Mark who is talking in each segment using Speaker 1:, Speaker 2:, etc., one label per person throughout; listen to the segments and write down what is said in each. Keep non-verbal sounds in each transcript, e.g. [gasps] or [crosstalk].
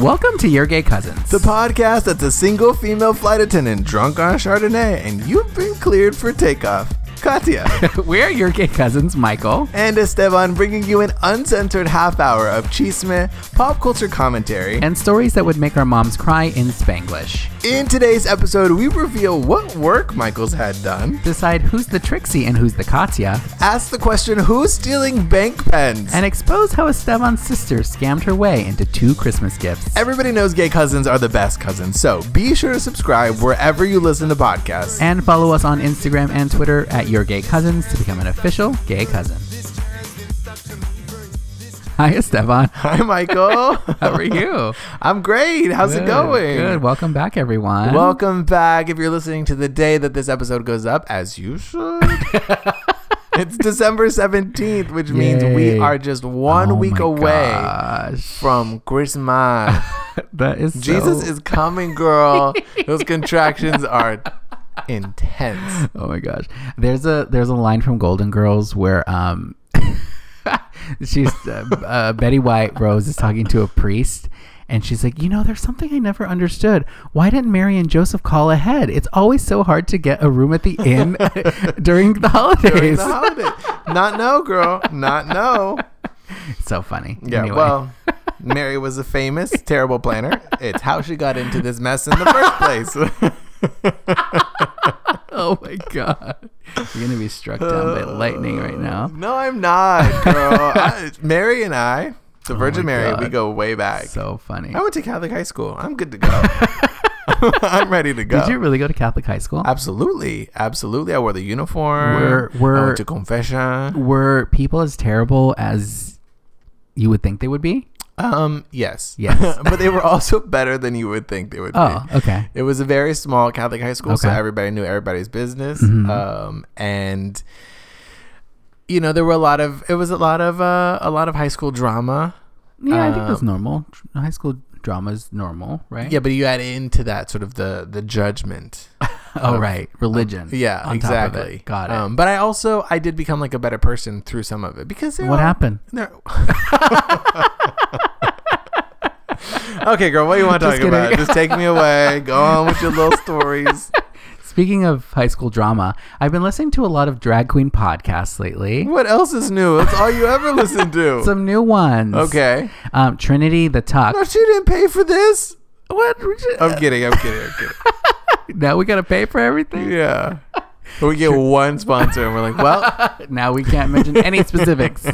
Speaker 1: Welcome to Your Gay Cousins.
Speaker 2: The podcast that's a single female flight attendant drunk on Chardonnay, and you've been cleared for takeoff.
Speaker 1: [laughs]
Speaker 2: Katya
Speaker 1: We're Your Gay Cousins, Michael.
Speaker 2: and Esteban bringing you an uncensored half hour of chisme, pop culture commentary.
Speaker 1: And stories that would make our moms cry in Spanglish.
Speaker 2: In today's episode, we reveal what work Michaels had done,
Speaker 1: Decide who's the Trixie and who's the Katya,
Speaker 2: ask the question who's stealing bank pens?
Speaker 1: and expose how Esteban's sister scammed her way into two Christmas gifts.
Speaker 2: Everybody knows gay cousins are the best cousins, so be sure to subscribe wherever you listen to podcasts.
Speaker 1: And follow us on Instagram and Twitter at Your Gay Cousins to become an official gay cousin. Hi, Esteban.
Speaker 2: Hi,
Speaker 1: [laughs]
Speaker 2: Michael.
Speaker 1: How are you?
Speaker 2: I'm great. [laughs] How's it
Speaker 1: Good,
Speaker 2: going?
Speaker 1: Good. Welcome back, everyone.
Speaker 2: Welcome back. If you're listening to the day that this episode goes up, as you
Speaker 1: [laughs]
Speaker 2: should, it's December 17th, which means we
Speaker 1: Yay.
Speaker 2: are just one
Speaker 1: Oh
Speaker 2: week
Speaker 1: my
Speaker 2: away
Speaker 1: gosh.
Speaker 2: from Christmas.
Speaker 1: [laughs] That is so-
Speaker 2: Jesus is coming, girl.
Speaker 1: [laughs]
Speaker 2: Those contractions are intense.
Speaker 1: Oh my gosh. There's a there's a line from Golden Girls where um [laughs] she's uh, uh, Betty White Rose is talking to a priest and she's like, "You know, there's something I never understood. Why didn't Mary and Joseph call ahead? It's always so hard to get a room at the
Speaker 2: [laughs]
Speaker 1: inn during the holidays."
Speaker 2: During the holiday. Not no, girl. Not no.
Speaker 1: [laughs] so funny.
Speaker 2: Yeah,
Speaker 1: Anyway.
Speaker 2: well, Mary was a famous, terrible planner. It's how she got into this mess in the first
Speaker 1: [laughs]
Speaker 2: place.
Speaker 1: oh my god. You're going to be struck down by lightning right now.
Speaker 2: Uh, No, I'm not,
Speaker 1: [laughs]
Speaker 2: girl. I, Mary and I, the Virgin
Speaker 1: Oh my
Speaker 2: Mary, we
Speaker 1: God.
Speaker 2: go way back.
Speaker 1: So funny.
Speaker 2: I went to Catholic high school. I'm good
Speaker 1: [laughs]
Speaker 2: to go. [laughs] I'm ready to go.
Speaker 1: Did you really go to Catholic high school?
Speaker 2: Absolutely, absolutely. I wore the uniform.
Speaker 1: We're-
Speaker 2: I
Speaker 1: we're-
Speaker 2: went to confession.
Speaker 1: Were people as terrible as you would think they would be?
Speaker 2: Um, yes,
Speaker 1: Yes.
Speaker 2: [laughs] but they were also better than you would think they would
Speaker 1: Oh,
Speaker 2: be.
Speaker 1: okay.
Speaker 2: It was a very small Catholic high school, so
Speaker 1: Okay.
Speaker 2: everybody knew everybody's business.
Speaker 1: Mhm.
Speaker 2: Um, and you know, there were a lot of it was a lot of uh, a lot of high school drama.
Speaker 1: Yeah, I think that's
Speaker 2: Um,
Speaker 1: normal. Tr- High school drama's normal, right?
Speaker 2: Yeah, but you add into that sort of the the judgment.
Speaker 1: Oh, right. Religion.
Speaker 2: Yeah,
Speaker 1: on top of
Speaker 2: exactly.
Speaker 1: it. Got it.
Speaker 2: Um, but I also I did become like a better person through some of it because there
Speaker 1: what
Speaker 2: are-
Speaker 1: happened?
Speaker 2: there- [laughs] okay, girl, what do you want to
Speaker 1: Just
Speaker 2: talk about?
Speaker 1: kidding.
Speaker 2: Just take me away. Go on with your little
Speaker 1: [laughs]
Speaker 2: stories.
Speaker 1: Speaking of high school drama, I've been listening to a lot of drag queen podcasts lately.
Speaker 2: What else is new? That's all you ever listen to.
Speaker 1: [laughs] Some new ones.
Speaker 2: okay.
Speaker 1: Um, Trinity the Tuck.
Speaker 2: No, she didn't pay for this.
Speaker 1: What? We should-
Speaker 2: I'm kidding. I'm kidding. I'm kidding.
Speaker 1: [laughs] Now we gotta pay for everything.
Speaker 2: Yeah. We get one sponsor and we're like,
Speaker 1: [laughs]
Speaker 2: well,
Speaker 1: Now we can't mention any [laughs] specifics.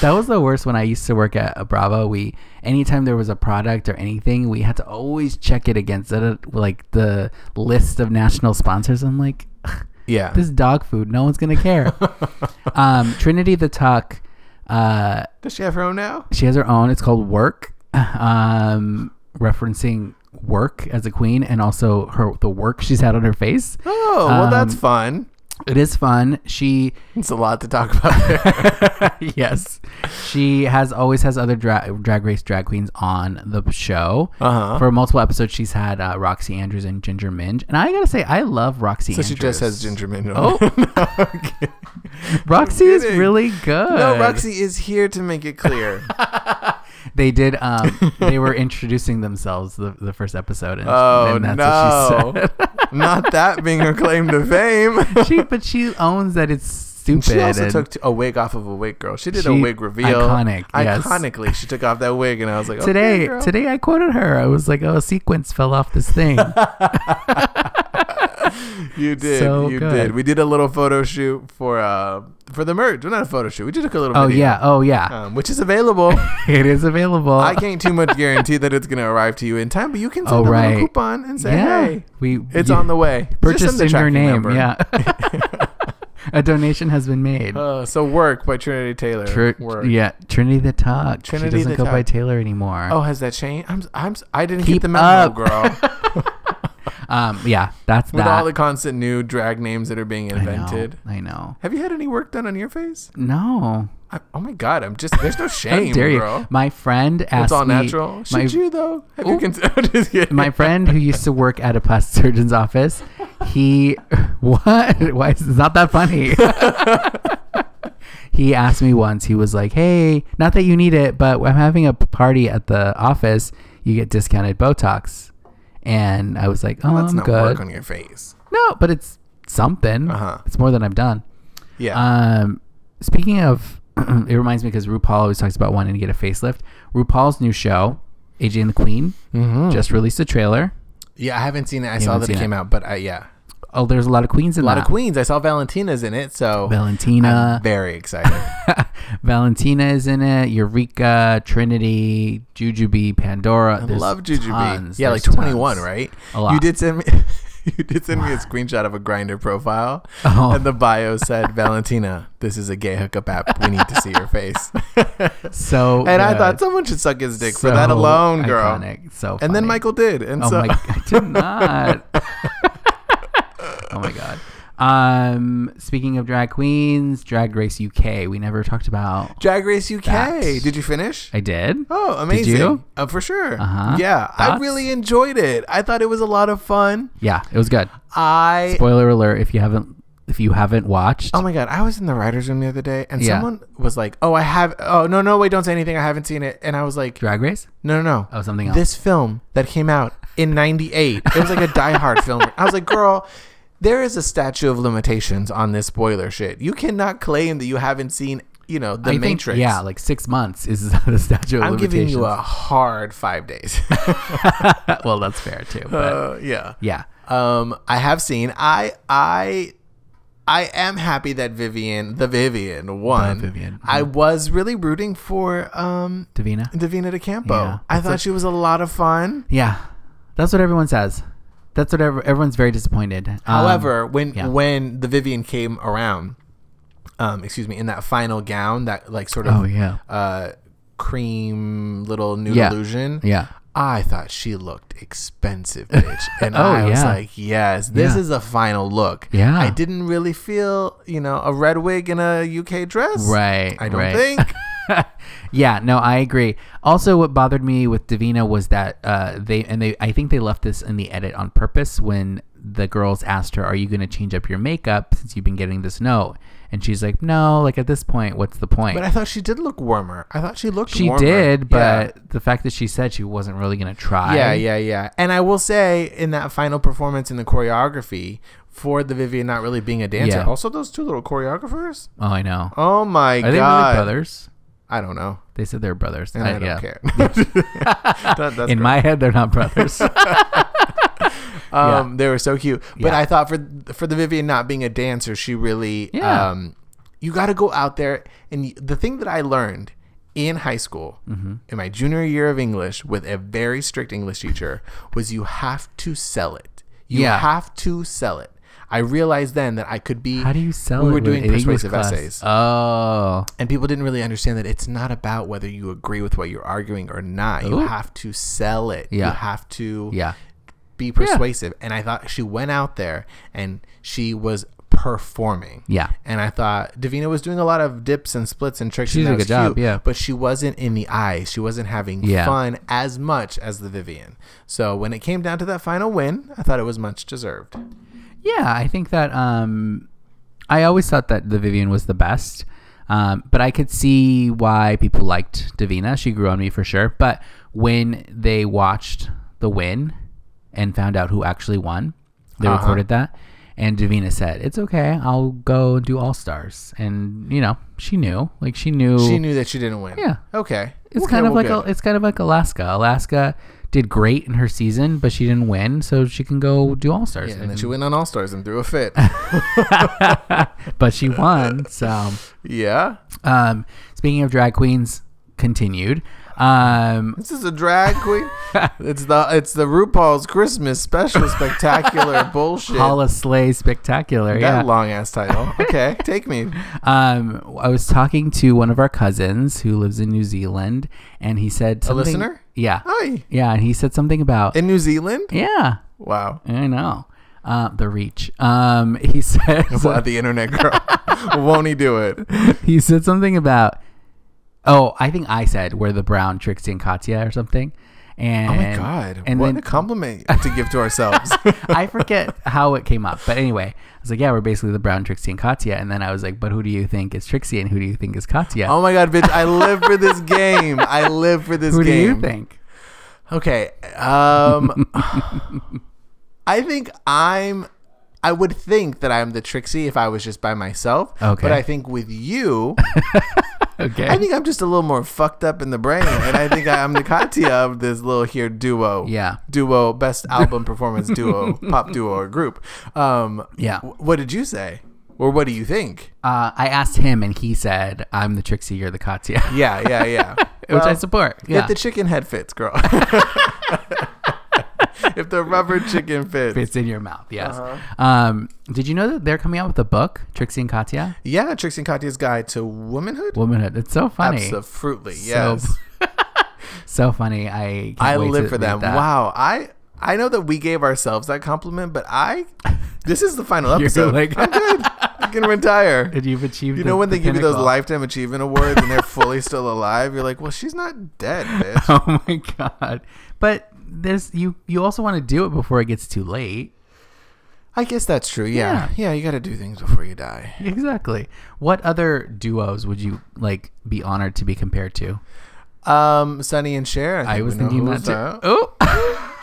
Speaker 1: that was the worst when I used to work at a Bravo. We anytime there was a product or anything, we had to always check it against the, like the list of national sponsors. I'm like, "Ugh,
Speaker 2: yeah.
Speaker 1: this is dog food. No one's gonna [laughs] care. um, Trinity the Tuck. Uh,
Speaker 2: Does she have her own now?
Speaker 1: she has her own. It's called Work, um, referencing work as a queen and also her the work she's had on her face.
Speaker 2: Oh, well, that's
Speaker 1: Um,
Speaker 2: fun.
Speaker 1: It is fun. She
Speaker 2: It's a lot to talk about there. [laughs]
Speaker 1: [laughs] yes. She has always has other dra- drag race drag queens on the show.
Speaker 2: Uh-huh.
Speaker 1: For multiple episodes, she's had uh, Roxy Andrews and Ginger Minge, and I gotta say, I love Roxy.
Speaker 2: So
Speaker 1: Andrews.
Speaker 2: she just has ginger mint.
Speaker 1: Oh.
Speaker 2: [laughs] okay.
Speaker 1: Roxy is
Speaker 2: kidding.
Speaker 1: really good.
Speaker 2: No, Roxy is here to make it [laughs] clear.
Speaker 1: They did. Um,
Speaker 2: [laughs]
Speaker 1: they were introducing themselves the, the first episode, and,
Speaker 2: Oh,
Speaker 1: and that's
Speaker 2: no.
Speaker 1: what she said.
Speaker 2: [laughs] Not that being her claim to fame.
Speaker 1: she, but she owns that it's stupid.
Speaker 2: [laughs] She also
Speaker 1: and-
Speaker 2: took t- a wig off of a wig girl. She did a
Speaker 1: She-
Speaker 2: wig reveal.
Speaker 1: iconic, yes.
Speaker 2: Iconically, she took off that wig, and I was like,
Speaker 1: Today,
Speaker 2: okay, girl.
Speaker 1: today I quoted her. I was like, "Oh, a sequence fell off this
Speaker 2: [laughs]
Speaker 1: thing."
Speaker 2: You did.
Speaker 1: So
Speaker 2: you
Speaker 1: good.
Speaker 2: did. We did a little photo shoot for uh for the merge. Well, not a photo shoot. We just took a little
Speaker 1: oh
Speaker 2: video.
Speaker 1: yeah, oh yeah,
Speaker 2: Um, which is available.
Speaker 1: [laughs] it is available.
Speaker 2: I can't too much guarantee that it's gonna arrive to you in time, but you can send
Speaker 1: Oh,
Speaker 2: them a little
Speaker 1: right.
Speaker 2: coupon and say, "Hey,
Speaker 1: we
Speaker 2: it's
Speaker 1: you-
Speaker 2: on the way." Just
Speaker 1: purchased
Speaker 2: send the
Speaker 1: in your
Speaker 2: tracking
Speaker 1: name.
Speaker 2: number. [laughs]
Speaker 1: Yeah, [laughs] a donation has been made.
Speaker 2: Uh, so work by Trinity Taylor.
Speaker 1: Tr-
Speaker 2: work.
Speaker 1: yeah, Trinity the Tuck.
Speaker 2: Trinity
Speaker 1: she doesn't
Speaker 2: the
Speaker 1: go by
Speaker 2: Tuck.
Speaker 1: Taylor anymore.
Speaker 2: Oh, has that changed? I'm. I'm. s- I didn't
Speaker 1: Keep
Speaker 2: get the memo,
Speaker 1: up. [laughs]
Speaker 2: girl.
Speaker 1: Um, yeah, that's
Speaker 2: With
Speaker 1: that.
Speaker 2: all the constant new drag names that are being invented.
Speaker 1: I know. I know.
Speaker 2: Have you had any work done on your face?
Speaker 1: No,
Speaker 2: I, oh my god, I'm just. There's
Speaker 1: [laughs]
Speaker 2: no
Speaker 1: How
Speaker 2: shame,
Speaker 1: dare you?
Speaker 2: girl.
Speaker 1: My friend asked
Speaker 2: It's all
Speaker 1: me-
Speaker 2: natural. Should
Speaker 1: My,
Speaker 2: you though? Have you
Speaker 1: Oop.
Speaker 2: cons- [laughs] I'm just kidding.
Speaker 1: my friend who used to work at a plastic surgeon's office, [laughs] he what? Why is it's not that funny? [laughs] He asked me once, he was like, Hey, not that you need it, but I'm having a party at the office. You get discounted Botox. And I was like, Oh,
Speaker 2: That's
Speaker 1: I'm
Speaker 2: not
Speaker 1: good.
Speaker 2: work on your face.
Speaker 1: No, but it's something.
Speaker 2: Uh-huh.
Speaker 1: It's more than I've done.
Speaker 2: Yeah.
Speaker 1: Um, speaking of, [clears throat] it reminds me because RuPaul always talks about wanting to get a facelift. RuPaul's new show, AJ and the Queen,
Speaker 2: Mhm.
Speaker 1: just released a trailer.
Speaker 2: yeah, I haven't seen it. I saw
Speaker 1: haven't
Speaker 2: that it
Speaker 1: seen
Speaker 2: came out, but I, yeah,
Speaker 1: Oh, there's a lot of queens in
Speaker 2: a lot
Speaker 1: that.
Speaker 2: of queens. I saw Valentina's in it, so I'm
Speaker 1: Valentina,
Speaker 2: very
Speaker 1: [laughs]
Speaker 2: excited.
Speaker 1: Valentina is in it. Eureka, Trinity, Jujubee, Pandora.
Speaker 2: I
Speaker 1: There's
Speaker 2: love Jujubee.
Speaker 1: tons.
Speaker 2: Yeah, like
Speaker 1: There's
Speaker 2: 21,
Speaker 1: tons.
Speaker 2: right?
Speaker 1: A lot.
Speaker 2: You did send me. [laughs] You did send me a screenshot of a grinder profile,
Speaker 1: [laughs] Oh.
Speaker 2: and the bio said, "Valentina, this is a gay hookup app. We need to see your face." [laughs]
Speaker 1: So
Speaker 2: and I
Speaker 1: good.
Speaker 2: thought someone should suck his dick
Speaker 1: So
Speaker 2: for that alone, girl.
Speaker 1: iconic. So
Speaker 2: And then
Speaker 1: funny.
Speaker 2: Michael did, and
Speaker 1: Oh
Speaker 2: so
Speaker 1: my! [laughs] I did not. oh my god. Um, speaking of drag queens, Drag Race UK. We never talked about.
Speaker 2: [laughs] Drag Race UK.
Speaker 1: That's-
Speaker 2: Did you finish?
Speaker 1: I did.
Speaker 2: Oh, amazing!
Speaker 1: you?
Speaker 2: Uh, for sure.
Speaker 1: Uh-huh.
Speaker 2: Yeah, I
Speaker 1: Thoughts?
Speaker 2: really enjoyed it. I thought it was a lot of fun.
Speaker 1: Yeah, it was good.
Speaker 2: I
Speaker 1: Spoiler alert: if you haven't, if you haven't watched,
Speaker 2: Oh my god, I was in the writers' room the other day, and
Speaker 1: Yeah.
Speaker 2: someone was like, "Oh, I have. Oh, no, no, wait, don't say anything. I haven't seen it." And I was like,
Speaker 1: Drag Race.
Speaker 2: "No, no,
Speaker 1: Oh,
Speaker 2: no.
Speaker 1: something else.
Speaker 2: This film that came out in '98. It was like a Die
Speaker 1: [laughs]
Speaker 2: Hard film. I was like, girl." There is a statute of limitations on this spoiler shit. You cannot claim that you haven't seen, you know, The
Speaker 1: I think-
Speaker 2: Matrix.
Speaker 1: yeah, like six months is [laughs] the statute of
Speaker 2: I'm giving
Speaker 1: limitations.
Speaker 2: you a hard five days.
Speaker 1: [laughs] well, that's fair too. [laughs] But
Speaker 2: uh, yeah.
Speaker 1: yeah,
Speaker 2: Um, I have seen. I I I am happy that Vivian, the Vivian, won.
Speaker 1: The Vivian,
Speaker 2: I was really rooting for um
Speaker 1: Davina.
Speaker 2: Davina De Campo.
Speaker 1: Yeah.
Speaker 2: I thought she was a lot of fun.
Speaker 1: Yeah, that's what everyone says. That's what ev- everyone's very disappointed. Um,
Speaker 2: However, when
Speaker 1: yeah.
Speaker 2: when the Vivian came around, um, excuse me, in that final gown, that like sort of
Speaker 1: oh yeah,
Speaker 2: uh cream little nude
Speaker 1: Yeah.
Speaker 2: illusion.
Speaker 1: yeah.
Speaker 2: I thought she looked expensive, [laughs] bitch. And
Speaker 1: Oh,
Speaker 2: I was
Speaker 1: yeah.
Speaker 2: like, yes, this
Speaker 1: Yeah.
Speaker 2: is a final look.
Speaker 1: Yeah.
Speaker 2: I didn't really feel, you know, a red wig and a UK dress.
Speaker 1: Right.
Speaker 2: I don't
Speaker 1: right. [laughs]
Speaker 2: think.
Speaker 1: yeah, no, I agree. Also, what bothered me with Davina was that uh, they and they, I think they left this in the edit on purpose when the girls asked her, "Are you going to change up your makeup since you've been getting this note?" And she's like, "No, like at this point, what's the point?"
Speaker 2: But I thought she did look warmer. I thought she looked
Speaker 1: she
Speaker 2: warmer.
Speaker 1: did, but the fact that she said she wasn't really going to try.
Speaker 2: Yeah. yeah, yeah, yeah. And I will say, in that final performance in the choreography for the Vivian not really being a dancer,
Speaker 1: Yeah.
Speaker 2: also those two little choreographers.
Speaker 1: Oh, I know.
Speaker 2: Oh my
Speaker 1: Are they
Speaker 2: God.
Speaker 1: really brothers?
Speaker 2: I don't know.
Speaker 1: They said they're brothers.
Speaker 2: And I, don't
Speaker 1: yeah.
Speaker 2: care. [laughs] That-
Speaker 1: [laughs]
Speaker 2: that's
Speaker 1: In my head, they're not
Speaker 2: [laughs]
Speaker 1: brothers.
Speaker 2: Um, they were so cute. But
Speaker 1: Yeah.
Speaker 2: I thought for for the Vivian not being a dancer, she really
Speaker 1: Yeah.
Speaker 2: um, you got to go out there and y- the thing that I learned in high school
Speaker 1: Mm-hmm.
Speaker 2: in my junior year of English with a very strict English teacher was you have to sell it. You
Speaker 1: Yeah.
Speaker 2: have to sell it. I realized then that I could be
Speaker 1: How do you sell
Speaker 2: we
Speaker 1: it?
Speaker 2: were
Speaker 1: with
Speaker 2: doing
Speaker 1: an English
Speaker 2: persuasive
Speaker 1: class?
Speaker 2: essays
Speaker 1: Oh,
Speaker 2: and people didn't really understand that it's not about whether you agree with what you're arguing or not. You
Speaker 1: Ooh.
Speaker 2: have to sell it. You
Speaker 1: Yeah.
Speaker 2: have to
Speaker 1: yeah.
Speaker 2: be persuasive. And I thought she went out there and she was performing.
Speaker 1: Yeah.
Speaker 2: And I thought Davina was doing a lot of dips and splits and tricks.
Speaker 1: She
Speaker 2: and
Speaker 1: did a
Speaker 2: that was
Speaker 1: good job, yeah.
Speaker 2: But she wasn't in the eyes. She wasn't having
Speaker 1: Yeah.
Speaker 2: fun as much as the Vivian. So when it came down to that final win, I thought it was much deserved.
Speaker 1: Yeah, I think that um, I always thought that the Vivian was the best, um, but I could see why people liked Davina. She grew on me for sure. But when they watched the win and found out who actually won, they
Speaker 2: Uh-huh.
Speaker 1: recorded that, and Davina said, "It's okay, I'll go do All Stars." And you know, she knew, like she knew,
Speaker 2: She knew that she didn't win.
Speaker 1: Yeah.
Speaker 2: Okay.
Speaker 1: it's
Speaker 2: Okay,
Speaker 1: kind of
Speaker 2: well,
Speaker 1: like
Speaker 2: good.
Speaker 1: a, it's kind of like Alaska. Alaska did great in her season, but she didn't win, so she can go do All Stars.
Speaker 2: Yeah, and then she went on All Stars and threw
Speaker 1: [laughs]
Speaker 2: a fit.
Speaker 1: but she won, so.
Speaker 2: yeah.
Speaker 1: Um, speaking of drag queens, continued. Um,
Speaker 2: This is a
Speaker 1: [laughs]
Speaker 2: drag queen. it's the it's the RuPaul's Christmas
Speaker 1: [laughs]
Speaker 2: special spectacular bullshit.
Speaker 1: Paula Slay spectacular.
Speaker 2: That
Speaker 1: yeah.
Speaker 2: long ass title.
Speaker 1: [laughs]
Speaker 2: Okay, take me.
Speaker 1: Um, I was talking to one of our cousins who lives in New Zealand, and he said something.
Speaker 2: listener?
Speaker 1: Yeah.
Speaker 2: Hi.
Speaker 1: Yeah, and he said something about.
Speaker 2: In New Zealand?
Speaker 1: yeah,
Speaker 2: Wow.
Speaker 1: I know. Uh, the reach. Um, [laughs] he
Speaker 2: [laughs]
Speaker 1: said.
Speaker 2: Wow, the internet girl. Won't he do it?
Speaker 1: [laughs]
Speaker 2: Oh
Speaker 1: he said something about oh i think i said we're the brown trixie and katya or something And
Speaker 2: Oh my god!
Speaker 1: And
Speaker 2: what
Speaker 1: then [laughs]
Speaker 2: a compliment to give to ourselves.
Speaker 1: I forget how it came up, but anyway, I was like, yeah, we're basically the Brown Trixie and Katya, and then I was like, but who do you think is Trixie and who do you think is Katya?
Speaker 2: oh my god, bitch! I live for this game. I live for this
Speaker 1: who do
Speaker 2: game.
Speaker 1: you think?
Speaker 2: Okay.
Speaker 1: [laughs]
Speaker 2: Um I think I'm I would think that I'm the Trixie if I was just by myself.
Speaker 1: Okay.
Speaker 2: But I think with
Speaker 1: [laughs]
Speaker 2: you,
Speaker 1: Okay,
Speaker 2: I think I'm just a little more fucked up in the brain. And I think I'm the Katya of this little here duo.
Speaker 1: Yeah.
Speaker 2: Duo,
Speaker 1: [laughs]
Speaker 2: best album performance duo, pop duo or group. Um
Speaker 1: Yeah.
Speaker 2: wh- what did you say? Or what do you think?
Speaker 1: uh, I asked him, and he said, "I'm the Trixie, you're the Katya," [laughs]
Speaker 2: Yeah, yeah, yeah.
Speaker 1: which I
Speaker 2: Well,
Speaker 1: support. Yeah,
Speaker 2: If the chicken head fits,
Speaker 1: [laughs]
Speaker 2: girl. if the rubber chicken fits.
Speaker 1: it's in your mouth. Yes.
Speaker 2: Uh-huh.
Speaker 1: Um, did you know that they're coming out with a book, Trixie and Katya,
Speaker 2: Yeah, Trixie and Katya's Guide to Womanhood.
Speaker 1: Womanhood? It's so funny.
Speaker 2: Absolutely,
Speaker 1: So-
Speaker 2: yes.
Speaker 1: [laughs] so funny. I can't
Speaker 2: I
Speaker 1: wait
Speaker 2: live
Speaker 1: to
Speaker 2: for
Speaker 1: read
Speaker 2: them.
Speaker 1: that.
Speaker 2: Wow, I I know that we gave ourselves that compliment, but I this is the final
Speaker 1: [laughs] [laughs] You're
Speaker 2: episode.
Speaker 1: like-
Speaker 2: [laughs] I'm good. I can
Speaker 1: [laughs]
Speaker 2: retire.
Speaker 1: And you've achieved.
Speaker 2: You know
Speaker 1: the-
Speaker 2: when
Speaker 1: the
Speaker 2: they give you those
Speaker 1: pinnacle.
Speaker 2: lifetime achievement awards and they're [laughs] fully still alive, you're like, well, she's not [laughs] dead, bitch.
Speaker 1: [laughs] Oh my god! But there's you. You also want to do it before it gets too late.
Speaker 2: I guess that's true. Yeah, yeah, you got to do things before you die.
Speaker 1: Exactly. What other duos would you like be honored to be compared to?
Speaker 2: Um, Sonny and Cher.
Speaker 1: I
Speaker 2: think
Speaker 1: was
Speaker 2: we know
Speaker 1: thinking
Speaker 2: who's
Speaker 1: that too. Oh. [laughs]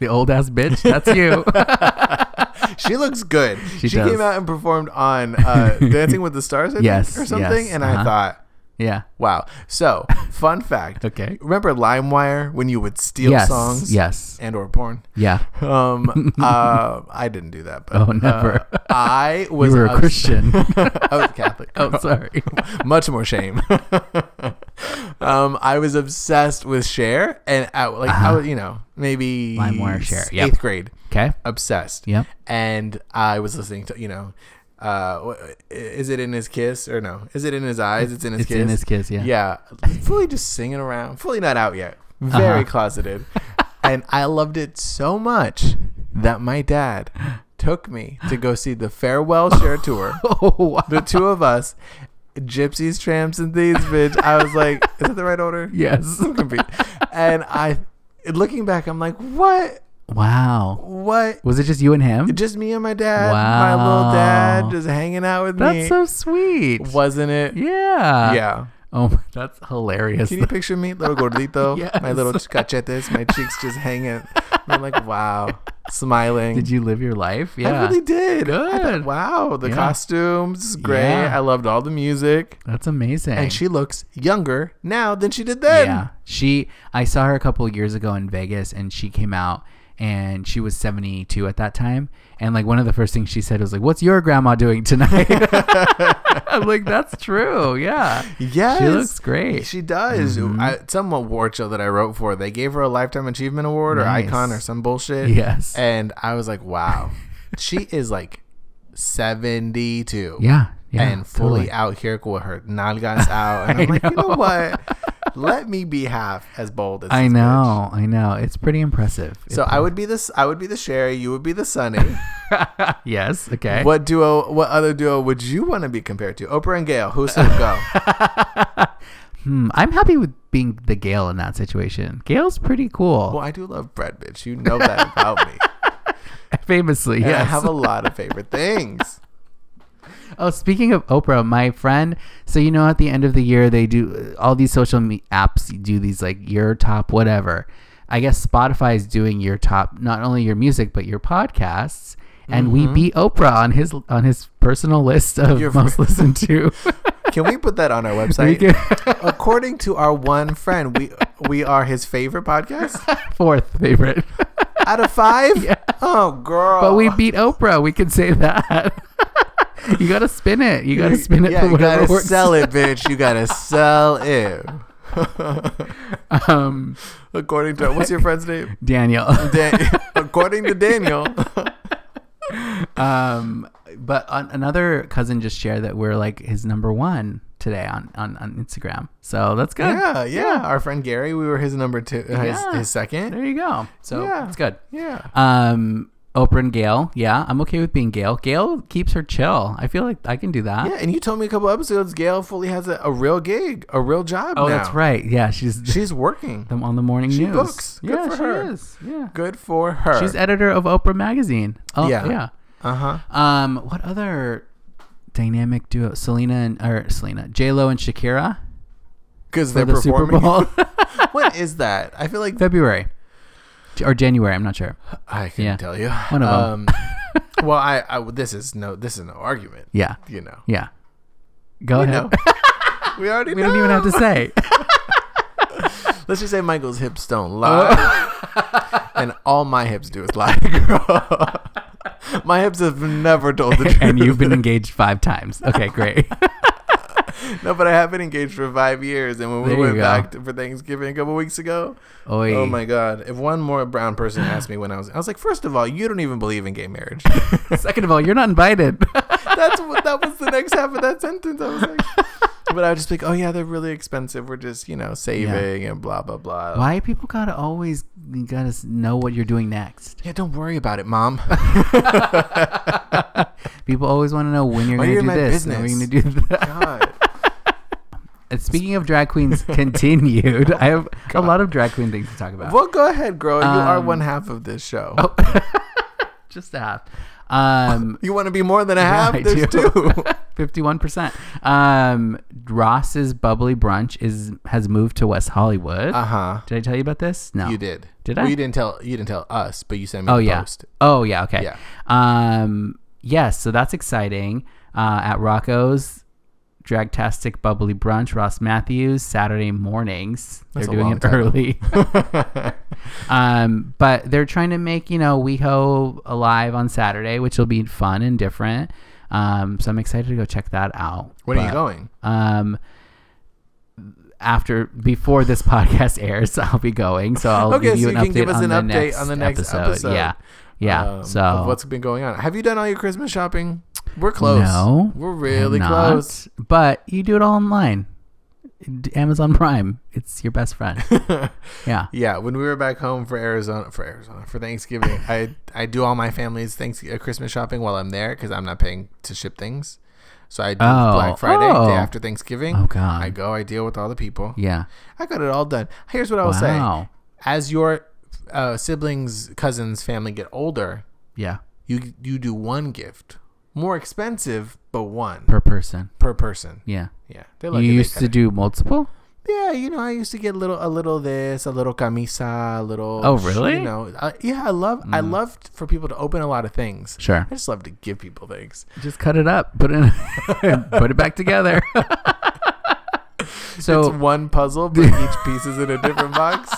Speaker 1: The old ass bitch, that's you. [laughs]
Speaker 2: [laughs] She looks good. She,
Speaker 1: does.
Speaker 2: came out and performed on [laughs] uh, Dancing with the Stars, I think,
Speaker 1: Yes,
Speaker 2: or something,
Speaker 1: yes,
Speaker 2: and I
Speaker 1: uh-huh.
Speaker 2: thought.
Speaker 1: yeah.
Speaker 2: Wow. [laughs] So, fun fact.
Speaker 1: Okay.
Speaker 2: Remember LimeWire when you would steal
Speaker 1: Yes.
Speaker 2: songs?
Speaker 1: Yes.
Speaker 2: And or porn.
Speaker 1: Yeah.
Speaker 2: Um. [laughs] uh, I didn't do that. But,
Speaker 1: Oh,
Speaker 2: [laughs]
Speaker 1: never.
Speaker 2: uh, I was.
Speaker 1: You were a
Speaker 2: obs-
Speaker 1: Christian.
Speaker 2: [laughs] I was Catholic.
Speaker 1: [laughs] oh, sorry.
Speaker 2: [laughs] Much more shame. [laughs] um, I was obsessed with Cher, and I, like I was, you know, maybe
Speaker 1: LimeWire Uh-huh. Cher,
Speaker 2: s-
Speaker 1: yep.
Speaker 2: eighth grade,
Speaker 1: Okay.
Speaker 2: obsessed.
Speaker 1: Yep.
Speaker 2: And I was listening to you know, uh, wh- is it in his kiss or no? Is it in his eyes? It's in his
Speaker 1: It's
Speaker 2: kiss.
Speaker 1: in his kiss. Yeah.
Speaker 2: Yeah, fully just singing around, fully not out yet,
Speaker 1: Uh-huh.
Speaker 2: very closeted. and I loved it so much that my dad took me to go see the farewell share tour.
Speaker 1: [laughs] Oh, wow.
Speaker 2: The two of us, gypsies, tramps, and thieves, bitch. I was like, is that the right
Speaker 1: [laughs]
Speaker 2: order?
Speaker 1: yes.
Speaker 2: [laughs] I'm confused. And I, looking back, I'm like, what?
Speaker 1: Wow.
Speaker 2: What?
Speaker 1: Was it just you and him?
Speaker 2: Just me and my dad, my little
Speaker 1: Wow.
Speaker 2: dad, just hanging out with me.
Speaker 1: That's so sweet.
Speaker 2: Wasn't it?
Speaker 1: Yeah.
Speaker 2: yeah.
Speaker 1: Oh, [laughs] my- that's hilarious.
Speaker 2: Can you picture me, little gordito?
Speaker 1: [laughs] Yes.
Speaker 2: My little cachetes, my cheeks just hanging. I'm like, wow,
Speaker 1: [laughs]
Speaker 2: smiling.
Speaker 1: Did you live your life? Yeah.
Speaker 2: I really did. I thought,
Speaker 1: Good.
Speaker 2: wow, the
Speaker 1: Yeah.
Speaker 2: costumes is great.
Speaker 1: Yeah.
Speaker 2: I loved all the music,
Speaker 1: That's amazing.
Speaker 2: and she looks younger now than she did then.
Speaker 1: yeah. She I saw her a couple of years ago in Vegas and she came out and she was 72 at that time and like one of the first things she said was like what's your grandma doing tonight? [laughs] I'm like that's true. Yeah.
Speaker 2: Yes.
Speaker 1: She looks great. Mm-hmm.
Speaker 2: She does. I, some award show that I wrote for, they gave her a lifetime achievement award or
Speaker 1: Nice.
Speaker 2: icon or some bullshit.
Speaker 1: Yes.
Speaker 2: And I was like,
Speaker 1: [laughs]
Speaker 2: wow, she is like 72.
Speaker 1: yeah. Yeah.
Speaker 2: and fully
Speaker 1: totally.
Speaker 2: out here with her nalgas out.
Speaker 1: [laughs]
Speaker 2: And
Speaker 1: I
Speaker 2: I'm like, you
Speaker 1: know. [laughs]
Speaker 2: know what? Let me be half as bold as
Speaker 1: I
Speaker 2: this bitch."
Speaker 1: know. I know. It's pretty impressive.
Speaker 2: So I would be this. I would be the Sherry. You would be the Sunny.
Speaker 1: It- [laughs] yes, [laughs] okay.
Speaker 2: what duo? What other duo would you want to be compared to? Oprah and Gail.
Speaker 1: [laughs]
Speaker 2: Who's who? Go.
Speaker 1: Hmm, I'm happy with being the Gale in that situation. Gail's pretty cool.
Speaker 2: Well, I do love bread, bitch. You know that about me.
Speaker 1: [laughs] Famously,
Speaker 2: Yeah, I
Speaker 1: yes.
Speaker 2: have a
Speaker 1: [laughs]
Speaker 2: lot of favorite things.
Speaker 1: Oh, speaking of Oprah, my friend. So you know, at the end of the year, they do uh, all these social me- apps do these like your top whatever. I guess Spotify is doing your top, not only your music but your podcasts. And we beat Oprah on his on his personal list of
Speaker 2: Mm-hmm. Your
Speaker 1: most
Speaker 2: fr-
Speaker 1: listened
Speaker 2: [laughs]
Speaker 1: to.
Speaker 2: Can we put that on our
Speaker 1: [laughs] We
Speaker 2: website?
Speaker 1: can-
Speaker 2: According to our one friend, we we are his favorite podcast
Speaker 1: Fourth favorite,
Speaker 2: out
Speaker 1: [laughs]
Speaker 2: of five. Oh, girl!
Speaker 1: but we beat Oprah. We can say that. [laughs] you gotta spin it. You gotta spin it
Speaker 2: yeah,
Speaker 1: for
Speaker 2: you
Speaker 1: whatever
Speaker 2: gotta
Speaker 1: works.
Speaker 2: sell it, bitch.
Speaker 1: [laughs]
Speaker 2: You gotta sell it. [laughs]
Speaker 1: [laughs] Um,
Speaker 2: according to what's your friend's name?
Speaker 1: Daniel. [laughs]
Speaker 2: Dan- [laughs] according to Daniel.
Speaker 1: um, but on, another cousin just shared that we're like his number one today on, on, on Instagram. So that's good.
Speaker 2: yeah, yeah, Our friend Gary, we were his number two, his,
Speaker 1: Yeah.
Speaker 2: his second.
Speaker 1: There you go. So
Speaker 2: Yeah.
Speaker 1: it's good.
Speaker 2: Yeah.
Speaker 1: Um, Oprah and Gail. Yeah, I'm okay with being Gail. Gail keeps her chill. I feel like I can do that.
Speaker 2: Yeah, and you told me a couple episodes Gail fully has a, a real gig, a real job.
Speaker 1: oh,
Speaker 2: now.
Speaker 1: that's right. Yeah, she's
Speaker 2: She's
Speaker 1: [laughs]
Speaker 2: working.
Speaker 1: them on the morning
Speaker 2: She
Speaker 1: news.
Speaker 2: books. Good
Speaker 1: yeah,
Speaker 2: for
Speaker 1: she
Speaker 2: her.
Speaker 1: is. Yeah.
Speaker 2: Good for her.
Speaker 1: She's editor of Oprah magazine. Oh
Speaker 2: Yeah.
Speaker 1: yeah.
Speaker 2: uh huh.
Speaker 1: Um, what other dynamic duo? Selena and or Selena, J Lo and Shakira
Speaker 2: Because
Speaker 1: for
Speaker 2: they're
Speaker 1: the Super
Speaker 2: performing. [laughs]
Speaker 1: Bowl. [laughs]
Speaker 2: when is that? I feel like
Speaker 1: February J- or January. I'm not sure.
Speaker 2: I can
Speaker 1: Yeah.
Speaker 2: tell you. Um,
Speaker 1: One of [laughs] 'em.
Speaker 2: well, I, I this is no this is no argument.
Speaker 1: Yeah.
Speaker 2: You know.
Speaker 1: Yeah. Go
Speaker 2: You
Speaker 1: ahead. [laughs]
Speaker 2: know. we already
Speaker 1: We don't even have to say.
Speaker 2: Let's just say Michael's hips don't
Speaker 1: Oh.
Speaker 2: lie.
Speaker 1: [laughs]
Speaker 2: and all my hips do is lie, [laughs] girl. my hips have never told [laughs] the truth.
Speaker 1: and you've been engaged five times. Okay, great.
Speaker 2: No, but I have been engaged for five years, and when we
Speaker 1: There you
Speaker 2: went
Speaker 1: go.
Speaker 2: back to, for Thanksgiving a couple weeks ago,
Speaker 1: Oy.
Speaker 2: [laughs] oh my god! If one more brown person
Speaker 1: [laughs]
Speaker 2: asked me when I was, I was like, first of all, you don't even believe in gay marriage.
Speaker 1: [laughs] Second of all, you're not invited.
Speaker 2: [laughs] That's what that was the next half of that sentence. I was like,
Speaker 1: [laughs]
Speaker 2: but I would just be like, oh yeah, they're really expensive. We're just you know saving and blah blah blah.
Speaker 1: Why people gotta always gotta s- know what you're doing next? [laughs]
Speaker 2: Yeah, don't worry about it, mom.
Speaker 1: Oh People always want to know when you're
Speaker 2: Why
Speaker 1: gonna
Speaker 2: you're
Speaker 1: do
Speaker 2: in my
Speaker 1: this. When
Speaker 2: business?
Speaker 1: we're gonna do
Speaker 2: [laughs]
Speaker 1: that.
Speaker 2: God.
Speaker 1: And Speaking of drag queens,
Speaker 2: [laughs]
Speaker 1: continued. I have
Speaker 2: Oh,
Speaker 1: a lot of drag queen things to talk about.
Speaker 2: Well, go ahead, girl. You are
Speaker 1: Um, oh.
Speaker 2: one half of this show.
Speaker 1: Just a half. Um,
Speaker 2: You want to be more than a
Speaker 1: Yeah,
Speaker 2: half?
Speaker 1: I do.
Speaker 2: There's
Speaker 1: [laughs]
Speaker 2: two. [laughs]
Speaker 1: 51%. Um, Ross's Bubbly Brunch is has moved to West Hollywood.
Speaker 2: Uh huh.
Speaker 1: did I tell you about this? No.
Speaker 2: You did.
Speaker 1: Did
Speaker 2: Well,
Speaker 1: I?
Speaker 2: you didn't tell. You didn't tell us, but you sent me.
Speaker 1: Oh,
Speaker 2: the
Speaker 1: yeah.
Speaker 2: Post.
Speaker 1: Oh, yeah. Okay.
Speaker 2: Yeah.
Speaker 1: Um, yes. So that's exciting. Uh, at Rocco's Dragtastic Bubbly Brunch, Ross Matthews, Saturday mornings.
Speaker 2: That's a
Speaker 1: They're doing
Speaker 2: long
Speaker 1: it
Speaker 2: time.
Speaker 1: early.
Speaker 2: [laughs]
Speaker 1: um, but they're trying to make you know WeHo alive on Saturday, which will be fun and different. Um, so I'm excited to go check that out.
Speaker 2: When are you
Speaker 1: But,
Speaker 2: going?
Speaker 1: Um, after before this podcast [laughs] airs, I'll be going. So I'll
Speaker 2: Okay,
Speaker 1: give you
Speaker 2: so
Speaker 1: an
Speaker 2: you can
Speaker 1: update,
Speaker 2: give us
Speaker 1: on,
Speaker 2: an
Speaker 1: the
Speaker 2: update
Speaker 1: next
Speaker 2: on the next episode,
Speaker 1: Yeah, yeah.
Speaker 2: Um, of
Speaker 1: so
Speaker 2: what's been going on? Have you done all your Christmas shopping? We're close.
Speaker 1: No,
Speaker 2: we're
Speaker 1: I'm
Speaker 2: really
Speaker 1: not,
Speaker 2: close.
Speaker 1: But you do it all online. D- Amazon Prime. It's your best
Speaker 2: [laughs]
Speaker 1: friend. yeah.
Speaker 2: Yeah, when we were back home for Arizona, for Arizona, for Thanksgiving, I I do all my family's thanks uh, Christmas shopping while I'm there because I'm not paying to ship things. So I do
Speaker 1: Oh.
Speaker 2: Black Friday,
Speaker 1: Oh.
Speaker 2: day after Thanksgiving.
Speaker 1: Oh, God.
Speaker 2: I go, I deal with all the people.
Speaker 1: Yeah.
Speaker 2: I got it all done. Here's what I will say:
Speaker 1: Wow.
Speaker 2: as your uh, siblings, cousins, family get older,
Speaker 1: Yeah.
Speaker 2: you you do one gift, more expensive, but one
Speaker 1: Per
Speaker 2: per,
Speaker 1: person.
Speaker 2: person.
Speaker 1: Yeah.
Speaker 2: Yeah, they're
Speaker 1: You
Speaker 2: lucky they
Speaker 1: used
Speaker 2: got
Speaker 1: to
Speaker 2: it.
Speaker 1: do multiple?
Speaker 2: Yeah, you know, I used to get little a little this, a little camisa, a little.
Speaker 1: Oh, really? Mm.
Speaker 2: You know, I, yeah, I love I loved for people to open a lot of things.
Speaker 1: Sure.
Speaker 2: [laughs] I just love to give people things.
Speaker 1: Just cut it up, put it [laughs] put it back
Speaker 2: [laughs]
Speaker 1: together.
Speaker 2: It's
Speaker 1: so,
Speaker 2: one puzzle,
Speaker 1: [laughs]
Speaker 2: but each piece is in a different box.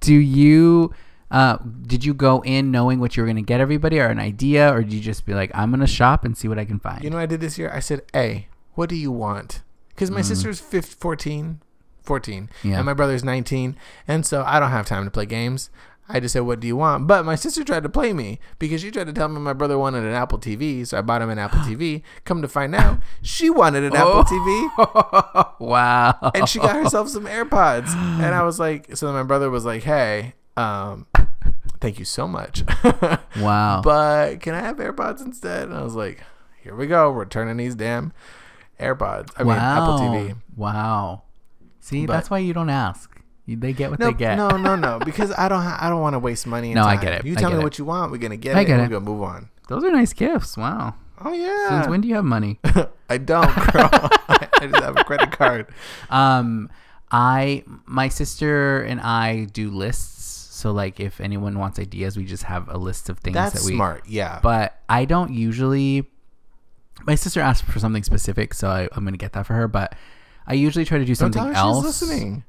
Speaker 1: do you uh, did you go in knowing what you were going to get everybody or an idea or did you just be like I'm going to shop and see what I can find?
Speaker 2: You know, what I did this year. I said, "Hey, what do you want?" Because my sister's 15, 14, 14,
Speaker 1: Yeah.
Speaker 2: and my brother's nineteen, and so I don't have time to play games. I just said, "What do you want?" But my sister tried to play me because she tried to tell me my brother wanted an Apple TV, so I bought him an Apple TV. Come to find out, she wanted an Apple TV.
Speaker 1: Oh. [laughs] wow.
Speaker 2: and she got herself some AirPods. And I was like, so then my brother was like, hey, um, thank you so much. [laughs]
Speaker 1: wow.
Speaker 2: but can I have AirPods instead? And I was like, here we go. We're turning these damn AirPods. I mean, Apple TV.
Speaker 1: Wow. See,
Speaker 2: But-
Speaker 1: that's why you don't ask. You- They get what
Speaker 2: No,
Speaker 1: they get.
Speaker 2: no, no, no. Because I don't, ha- I don't want to waste money. And
Speaker 1: No, I
Speaker 2: time.
Speaker 1: get it.
Speaker 2: You
Speaker 1: I
Speaker 2: tell
Speaker 1: get
Speaker 2: me
Speaker 1: it.
Speaker 2: what you want. We're gonna get
Speaker 1: I
Speaker 2: it.
Speaker 1: get
Speaker 2: and
Speaker 1: it.
Speaker 2: We're gonna move on.
Speaker 1: Those are nice gifts. Wow.
Speaker 2: Oh yeah.
Speaker 1: Since when do you have money?
Speaker 2: [laughs] I don't,
Speaker 1: [laughs]
Speaker 2: girl. [laughs] I just have a credit card.
Speaker 1: um, I my sister and I do lists. So like, if anyone wants ideas, we just have a list of things
Speaker 2: That's
Speaker 1: that we.
Speaker 2: smart. Yeah.
Speaker 1: But I don't usually. My sister asked for something specific, so I, I'm gonna get that for her. But I usually try to do
Speaker 2: Don't
Speaker 1: something
Speaker 2: tell her
Speaker 1: else.
Speaker 2: She's listening.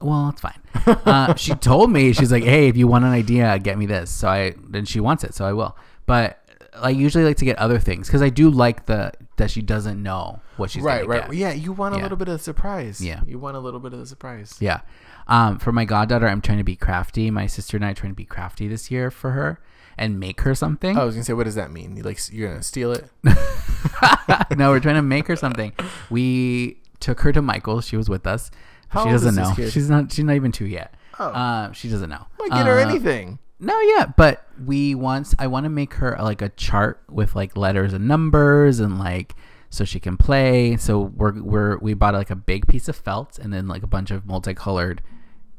Speaker 1: Well, it's fine.
Speaker 2: [laughs]
Speaker 1: Uh, she told me she's like, "Hey, if you want an idea, get me this." So I then she wants it, so I will. But I usually like to get other things because I do like the that she doesn't know what she's
Speaker 2: right,
Speaker 1: gonna
Speaker 2: right.
Speaker 1: get.
Speaker 2: Yeah, you want a
Speaker 1: Yeah.
Speaker 2: little bit of surprise.
Speaker 1: Yeah.
Speaker 2: you want a little bit of the surprise.
Speaker 1: Yeah. Um, for my goddaughter, I'm trying to be crafty. My sister and I are trying to be crafty this year for her and make her something.
Speaker 2: Oh, I was gonna say, what does that mean? You like s- you're gonna steal
Speaker 1: [laughs]
Speaker 2: it?
Speaker 1: no, we're trying to make her something. We took her to Michael's. She was with us.
Speaker 2: How
Speaker 1: she
Speaker 2: old is
Speaker 1: doesn't
Speaker 2: this
Speaker 1: know.
Speaker 2: kid?
Speaker 1: She's not. She's not even two yet.
Speaker 2: Oh.
Speaker 1: Uh, she doesn't know.
Speaker 2: Might get her
Speaker 1: Uh,
Speaker 2: anything.
Speaker 1: No, yeah, but we once I want to make her uh, like a chart with like letters and numbers and like so she can play. So we're we're we bought like a big piece of felt and then like a bunch of multicolored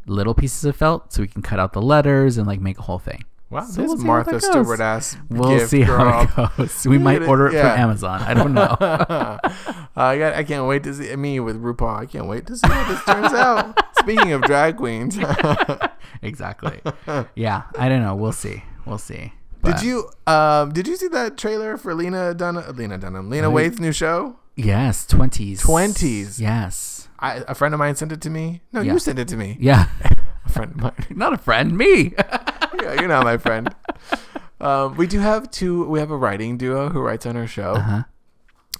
Speaker 1: little pieces of felt so we can cut out the letters and like make a whole thing.
Speaker 2: Wow,
Speaker 1: So
Speaker 2: this
Speaker 1: we'll see how that
Speaker 2: Martha
Speaker 1: goes.
Speaker 2: Stewart ass.
Speaker 1: We'll
Speaker 2: gift,
Speaker 1: see
Speaker 2: girl.
Speaker 1: how it goes. We might
Speaker 2: Dude,
Speaker 1: order it
Speaker 2: yeah.
Speaker 1: from Amazon. I don't know.
Speaker 2: [laughs] Uh, I got. I can't wait to see me with RuPaul. I can't wait to see how this
Speaker 1: [laughs]
Speaker 2: turns out. Speaking of drag queens, [laughs]
Speaker 1: exactly. Yeah, I don't know. We'll see. We'll see.
Speaker 2: did
Speaker 1: But-
Speaker 2: you um did you see that trailer for Lena Dunham? Lena Dunham. Lena Waite's new show.
Speaker 1: Yes, twenties.
Speaker 2: 20s.
Speaker 1: Yes.
Speaker 2: I, a friend of mine sent it to me. No,
Speaker 1: Yeah.
Speaker 2: you sent it to me.
Speaker 1: Yeah. [laughs]
Speaker 2: A friend of mine.
Speaker 1: Not a friend. Me.
Speaker 2: [laughs] Uh-huh. yeah, you're not my friend. Um, we do have two. We have a writing duo who writes on our show,
Speaker 1: Uh-huh.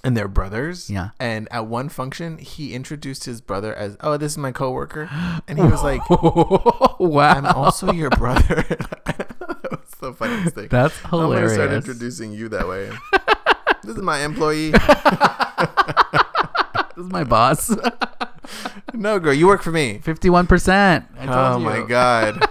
Speaker 2: and they're brothers.
Speaker 1: Yeah.
Speaker 2: And at one function, he introduced his brother as, "Oh, this is my
Speaker 1: [gasps]
Speaker 2: coworker," and he was like, "I'm
Speaker 1: [laughs] wow.
Speaker 2: also your brother." that was the funniest thing.
Speaker 1: That's
Speaker 2: I'm gonna start
Speaker 1: hilarious.
Speaker 2: introducing you that [laughs] way. this is my employee.
Speaker 1: This is my
Speaker 2: [laughs]
Speaker 1: boss.
Speaker 2: [laughs] No, girl, you work for me.
Speaker 1: Fifty-one percent.
Speaker 2: Oh my god.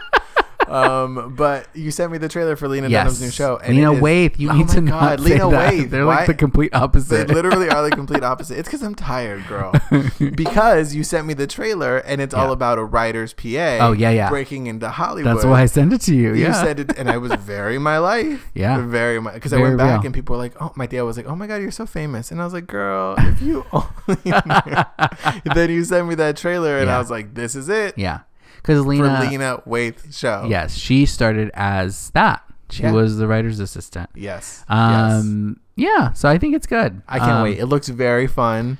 Speaker 2: um, but you sent me the trailer for Lena
Speaker 1: Yes.
Speaker 2: Dunham's new show.
Speaker 1: Lena
Speaker 2: it is-
Speaker 1: Waithe. You
Speaker 2: Oh
Speaker 1: need
Speaker 2: my
Speaker 1: to know.
Speaker 2: God,
Speaker 1: not say
Speaker 2: Lena
Speaker 1: that.
Speaker 2: Waithe.
Speaker 1: They're
Speaker 2: Why- [laughs]
Speaker 1: like the complete
Speaker 2: They
Speaker 1: opposite.
Speaker 2: literally are
Speaker 1: [laughs]
Speaker 2: the complete opposite. It's because I'm tired, girl. because you sent me the trailer and it's all
Speaker 1: Yeah.
Speaker 2: about a writer's PA.
Speaker 1: Oh, yeah, yeah.
Speaker 2: Breaking into Hollywood.
Speaker 1: That's why I sent it to you.
Speaker 2: You
Speaker 1: Yeah.
Speaker 2: said it, and
Speaker 1: [laughs]
Speaker 2: I was very my life.
Speaker 1: Yeah.
Speaker 2: very my because I
Speaker 1: Very
Speaker 2: went back
Speaker 1: real.
Speaker 2: and people were like, "Oh, my dad was like, oh my god, you're so famous," and I was like, "Girl,
Speaker 1: [laughs]
Speaker 2: if you only." knew." [laughs] then you sent me that trailer, and I
Speaker 1: Yeah.
Speaker 2: was like, "This is it
Speaker 1: yeah. Because
Speaker 2: for
Speaker 1: Lena,
Speaker 2: Lena Waithe show."
Speaker 1: Yes, she started as that. She
Speaker 2: Oh. Yeah.
Speaker 1: was the writer's assistant.
Speaker 2: Yes. yes.
Speaker 1: Um. Yeah. So I think it's good.
Speaker 2: I can't
Speaker 1: Um,
Speaker 2: wait. It looks very fun.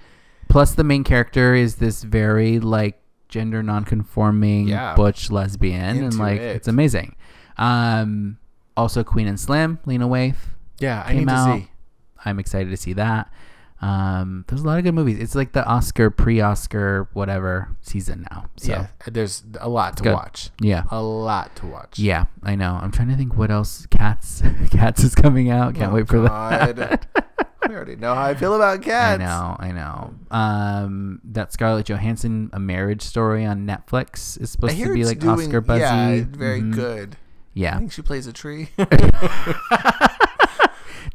Speaker 1: Plus, the main character is this very like gender nonconforming
Speaker 2: Yeah.
Speaker 1: butch lesbian, and
Speaker 2: Into
Speaker 1: like
Speaker 2: it.
Speaker 1: it's amazing. Um, also Queen and Slim, Lena Waithe.
Speaker 2: Yeah, I
Speaker 1: came
Speaker 2: need
Speaker 1: out.
Speaker 2: to see.
Speaker 1: I'm excited to see that. Um, there's a lot of good movies. It's like the Oscar pre-Oscar whatever season now. So
Speaker 2: Yeah,
Speaker 1: yeah,
Speaker 2: there's a lot to
Speaker 1: Good.
Speaker 2: watch.
Speaker 1: yeah,
Speaker 2: A lot to watch.
Speaker 1: I know. I'm trying to think what else. Cats, [laughs] Cats is coming out. Can't
Speaker 2: Oh,
Speaker 1: wait for
Speaker 2: God.
Speaker 1: that.
Speaker 2: We already know how I feel about
Speaker 1: [laughs] I
Speaker 2: cats.
Speaker 1: know, I know. Um, that Scarlett Johansson, a marriage story on Netflix, is
Speaker 2: I
Speaker 1: supposed
Speaker 2: hear
Speaker 1: to be
Speaker 2: it's
Speaker 1: like
Speaker 2: doing,
Speaker 1: Oscar buzzy.
Speaker 2: Yeah, very
Speaker 1: Mhm.
Speaker 2: good. I
Speaker 1: Yeah.
Speaker 2: think she plays
Speaker 1: [laughs]
Speaker 2: a tree. [laughs]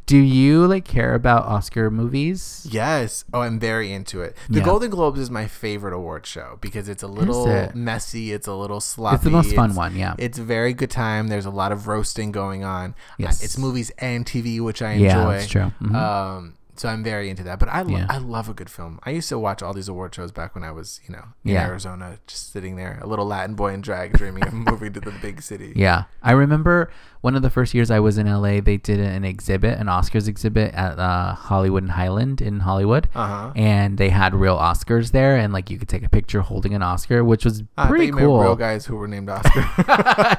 Speaker 1: Do you like care about Oscar movies?
Speaker 2: yes. Oh, I'm very into it. The
Speaker 1: Yeah.
Speaker 2: Golden Globes is my favorite award show because it's a little
Speaker 1: it?
Speaker 2: messy. It's a little sloppy.
Speaker 1: it's the most fun one. Yeah.
Speaker 2: It's a very good time. There's a lot of roasting going on.
Speaker 1: Yes.
Speaker 2: Uh, it's movies and TV, which I enjoy.
Speaker 1: yeah, that's true. Mhm.
Speaker 2: Um, so I'm very into that. But I, lo-
Speaker 1: Yeah.
Speaker 2: I love a good film. I used to watch all these award shows back when I was, you know, in
Speaker 1: Yeah.
Speaker 2: Arizona, just sitting there, a little Latin boy in drag, dreaming of moving to the big city.
Speaker 1: [laughs] yeah, I remember one of the first years I was in LA. They did an exhibit, an Oscars exhibit at uh, Hollywood and Highland in Hollywood.
Speaker 2: Uh huh.
Speaker 1: And they had real Oscars there, and like you could take a picture holding an Oscar, which was
Speaker 2: Ah,
Speaker 1: pretty cool.
Speaker 2: real guys who were named Oscar.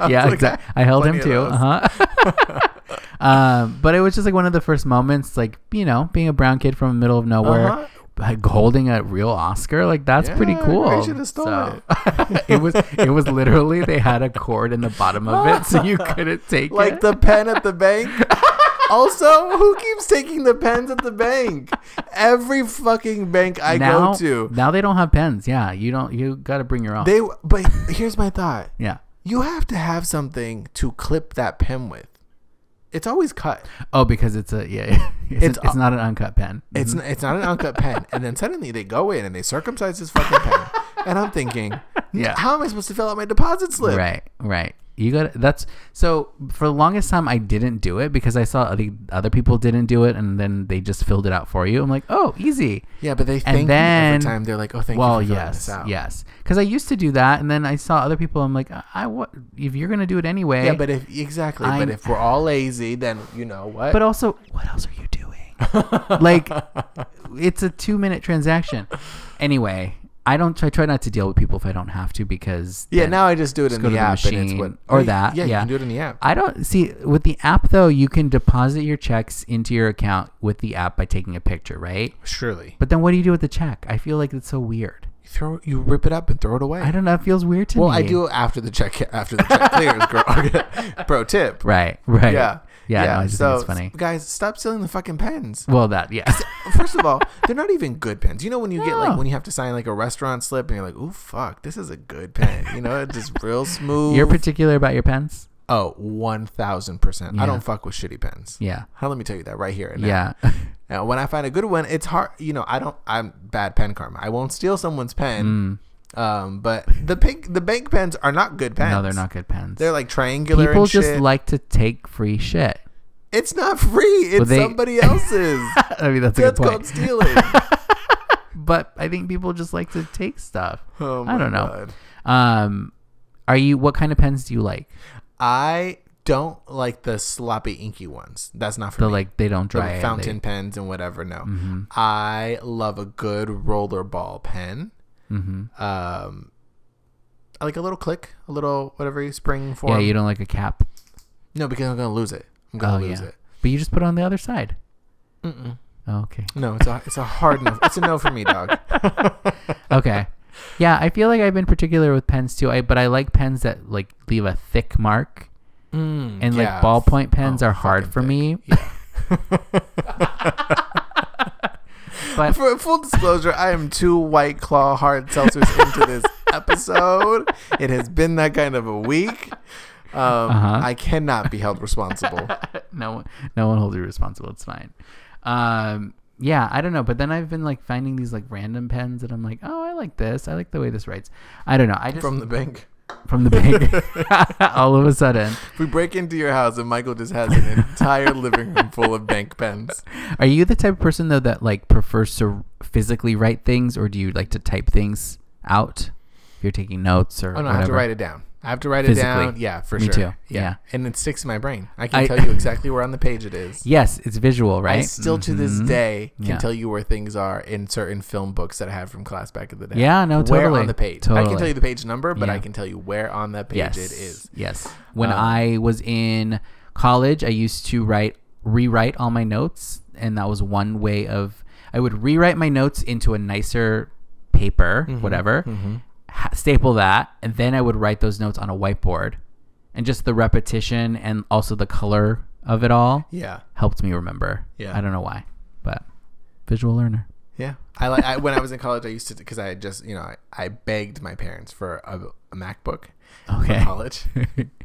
Speaker 1: yeah,
Speaker 2: Like,
Speaker 1: exactly. I held him
Speaker 2: plenty
Speaker 1: too.
Speaker 2: of [laughs]
Speaker 1: Uh-huh. um, but it was just like one of the first moments, like you know, being a brown kid from the middle of nowhere,
Speaker 2: Uh-huh.
Speaker 1: like, holding a real Oscar, like that's pretty
Speaker 2: Yeah,
Speaker 1: cool.
Speaker 2: they should've stolen
Speaker 1: [laughs] it. was it was literally they had a cord in the bottom of it, so
Speaker 2: [laughs]
Speaker 1: you couldn't take
Speaker 2: like
Speaker 1: it.
Speaker 2: the pen at
Speaker 1: [laughs]
Speaker 2: the bank. also, who keeps taking the pens at the bank? Every fucking bank I
Speaker 1: now,
Speaker 2: go to,
Speaker 1: now they don't have pens. Yeah, you don't. You got to bring your own.
Speaker 2: they. But here's my thought:
Speaker 1: yeah.
Speaker 2: you have to have something to clip that pen with. It's always cut.
Speaker 1: Oh, because it's a yeah. [laughs] It's
Speaker 2: It's
Speaker 1: it's,
Speaker 2: a-
Speaker 1: it's not an uncut pen.
Speaker 2: It's n it's not an uncut pen. And then suddenly they go in and they circumcise his fucking pen. And I'm thinking,
Speaker 1: Yeah.
Speaker 2: how am I supposed to fill out my deposit slip?
Speaker 1: Right, right. You got that's so for the longest time I didn't do it because I saw other other people didn't do it and then they just filled it out for you. I'm like, oh, easy.
Speaker 2: Yeah, but they
Speaker 1: And
Speaker 2: thank you
Speaker 1: then-
Speaker 2: every time. They're like, oh, thank
Speaker 1: well,
Speaker 2: you for filling
Speaker 1: yes,
Speaker 2: this out.
Speaker 1: yes. Because I used to do that and then I saw other people. I'm like, I, I what if you're gonna do it anyway?
Speaker 2: Yeah, but if exactly, but
Speaker 1: I'm-
Speaker 2: if we're all lazy, then you know what?
Speaker 1: but also, what else are you
Speaker 2: [laughs]
Speaker 1: doing? like, it's a two minute transaction. Anyway, I don't. I try not to deal with people if I don't have to because
Speaker 2: yeah,
Speaker 1: then-
Speaker 2: now I just do it in
Speaker 1: go
Speaker 2: the,
Speaker 1: to the
Speaker 2: app, and it's
Speaker 1: machine
Speaker 2: what
Speaker 1: or
Speaker 2: Yeah,
Speaker 1: that,
Speaker 2: Yeah, you
Speaker 1: yeah.
Speaker 2: can do it in the app.
Speaker 1: I don't see with the app though. You can deposit your checks into your account with the app by taking a picture, right?
Speaker 2: Surely,
Speaker 1: But then what do you do with the check? I feel like it's so weird.
Speaker 2: you throw you rip it up and throw it away.
Speaker 1: I don't know. It feels weird to
Speaker 2: well,
Speaker 1: me.
Speaker 2: I do after the check after the check
Speaker 1: [laughs]
Speaker 2: clears, girl. [laughs] Pro tip.
Speaker 1: Right. Right.
Speaker 2: Yeah.
Speaker 1: Yeah. no, I just
Speaker 2: so
Speaker 1: think it's funny.
Speaker 2: guys, stop stealing the fucking pens.
Speaker 1: Well, that yeah.
Speaker 2: First
Speaker 1: [laughs]
Speaker 2: of all, they're not even good pens. You know when you get like
Speaker 1: No.
Speaker 2: when you have to sign like a
Speaker 1: [laughs]
Speaker 2: restaurant slip and you're like, "Ooh, fuck, this is a good pen." You know, it's just real smooth.
Speaker 1: You're particular about your pens.
Speaker 2: Oh, 1000%. I
Speaker 1: Yeah.
Speaker 2: don't fuck with shitty pens.
Speaker 1: Yeah.
Speaker 2: Huh, Let me tell you that right here. and now.
Speaker 1: Yeah. [laughs]
Speaker 2: Now, when I find a good one, it's hard. You know, I don't. I'm bad pen karma. I won't steal someone's pen. Um, but the pink, the bank pens are not good pens.
Speaker 1: Mm. no, they're not good pens.
Speaker 2: They're like triangular.
Speaker 1: People
Speaker 2: and
Speaker 1: just
Speaker 2: shit.
Speaker 1: like to take free shit. [laughs]
Speaker 2: It's not free. It's
Speaker 1: Well, they- [laughs]
Speaker 2: somebody else's.
Speaker 1: I mean, that's a
Speaker 2: That's
Speaker 1: good
Speaker 2: called
Speaker 1: point.
Speaker 2: stealing.
Speaker 1: [laughs] But I think people just like to take stuff.
Speaker 2: Oh
Speaker 1: I
Speaker 2: my
Speaker 1: don't know.
Speaker 2: God.
Speaker 1: Um, are you? What kind of pens do you like?
Speaker 2: I don't like the sloppy inky ones. That's not for
Speaker 1: The
Speaker 2: me.
Speaker 1: like they don't
Speaker 2: The
Speaker 1: dry. Mm-hmm. out,
Speaker 2: fountain
Speaker 1: they-
Speaker 2: pens and whatever. No, I love a good rollerball pen.
Speaker 1: Mhm.
Speaker 2: Um, I like a little click, a little whatever you spring for.
Speaker 1: Yeah, you don't like a cap.
Speaker 2: No, because I'm gonna lose it. I'm gonna
Speaker 1: oh
Speaker 2: lose
Speaker 1: yeah.
Speaker 2: it.
Speaker 1: But you just put it on the other side.
Speaker 2: Mm-mm.
Speaker 1: Oh,
Speaker 2: [laughs]
Speaker 1: okay.
Speaker 2: No, it's a it's a hard no. It's a no for me, dog.
Speaker 1: [laughs] Okay. yeah, I feel like I've been particular with pens too. I but I like pens that like leave a thick mark.
Speaker 2: Mm,
Speaker 1: and
Speaker 2: yeah.
Speaker 1: like ballpoint pens
Speaker 2: Oh,
Speaker 1: are hard
Speaker 2: fucking
Speaker 1: for
Speaker 2: thick.
Speaker 1: me. but
Speaker 2: [laughs] For full disclosure, I am two White Claw hard seltzers into
Speaker 1: [laughs]
Speaker 2: this episode. It has been that kind of a week. Um,
Speaker 1: Uh-huh.
Speaker 2: I cannot be held responsible.
Speaker 1: [laughs] no one, no one holds you responsible. It's fine. Um, yeah, I don't know. But then I've been like finding these like random pens that I'm like, oh, I like this. I like the way this writes. I don't know. I just from,
Speaker 2: From the bank.
Speaker 1: the
Speaker 2: [laughs]
Speaker 1: bank, [laughs] all of a sudden,
Speaker 2: If we break into your house and Michael just has an
Speaker 1: [laughs]
Speaker 2: entire living room full of bank pens.
Speaker 1: are you the type of person though that like prefers to physically write things, or do you like to type things out? If you're taking notes or
Speaker 2: Oh no,
Speaker 1: whatever.
Speaker 2: I have to write it down. I have to write
Speaker 1: Physically.
Speaker 2: it down. Yeah, for
Speaker 1: Me
Speaker 2: sure.
Speaker 1: too.
Speaker 2: Yeah.
Speaker 1: Yeah.
Speaker 2: And it sticks in my brain. I can
Speaker 1: I-
Speaker 2: tell you exactly where on the page it is.
Speaker 1: Yes, it's visual, right?
Speaker 2: I still to this
Speaker 1: Mhm.
Speaker 2: day can
Speaker 1: Yeah.
Speaker 2: tell you where things are in certain film books that I had from class back in the day.
Speaker 1: Yeah, no,
Speaker 2: Where
Speaker 1: totally.
Speaker 2: on the page. I can
Speaker 1: Totally.
Speaker 2: tell you the page number, but I
Speaker 1: Yeah.
Speaker 2: can tell you where on the page it is.
Speaker 1: Yes. When
Speaker 2: Um,
Speaker 1: I was in college, I used to write rewrite all my notes, and that was one way of I would rewrite my notes into a nicer paper,
Speaker 2: Mm-hmm.
Speaker 1: Mm-hmm. whatever, ha- staple that, and then I would write those notes on a whiteboard, and just the repetition and also the color of it all
Speaker 2: Yeah.
Speaker 1: helped me remember.
Speaker 2: Yeah.
Speaker 1: I don't know why, but visual learner.
Speaker 2: Yeah. I like I, when I was in college I used to cuz I had just, you know, I, I begged my parents for a, a MacBook
Speaker 1: Okay. [laughs]
Speaker 2: for college.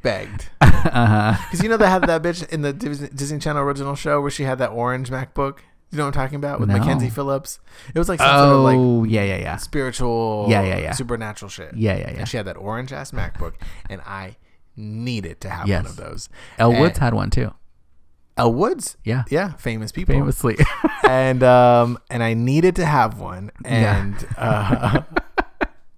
Speaker 2: begged.
Speaker 1: uh-huh.
Speaker 2: Cuz you know they had that bitch in the Dis- Disney Channel original show where she had that orange MacBook. You know what I'm talking about with
Speaker 1: No.
Speaker 2: Mackenzie Phillips? It was like some sort of like
Speaker 1: Oh yeah yeah yeah
Speaker 2: spiritual
Speaker 1: Yeah, yeah, yeah.
Speaker 2: supernatural shit.
Speaker 1: Yeah, yeah, yeah.
Speaker 2: And she had that orange ass MacBook and I needed to have one
Speaker 1: Yes.
Speaker 2: of those.
Speaker 1: El
Speaker 2: Eh.
Speaker 1: Woods had one too.
Speaker 2: El Woods.
Speaker 1: Yeah.
Speaker 2: Yeah, famous people.
Speaker 1: Famously.
Speaker 2: [laughs]
Speaker 1: [laughs]
Speaker 2: And um and I needed to have one and uh [laughs]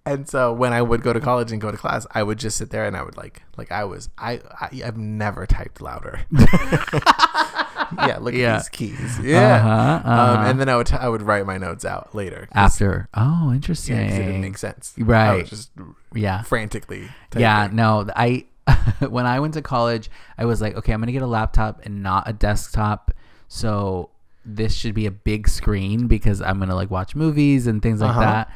Speaker 2: And so when I would go to college and go to class, I would just sit there and I would like, like I was, I, I I've never
Speaker 1: [laughs]
Speaker 2: typed louder. yeah, look
Speaker 1: Yeah.
Speaker 2: at these keys. Yeah.
Speaker 1: Uh-huh,
Speaker 2: Um,
Speaker 1: uh-huh.
Speaker 2: and then I would, t- I would write my notes out later. 'cause-
Speaker 1: after. Oh,
Speaker 2: yeah, 'cause it didn't
Speaker 1: interesting.
Speaker 2: make sense. I
Speaker 1: Right.
Speaker 2: was just
Speaker 1: yeah.
Speaker 2: frantically. typing.
Speaker 1: Yeah. No, th- I, [laughs] when I went to college, I was like, okay, I'm going to get a laptop and not a desktop. So this should be a big screen because I'm going to like watch movies and things like
Speaker 2: Uh-huh.
Speaker 1: that.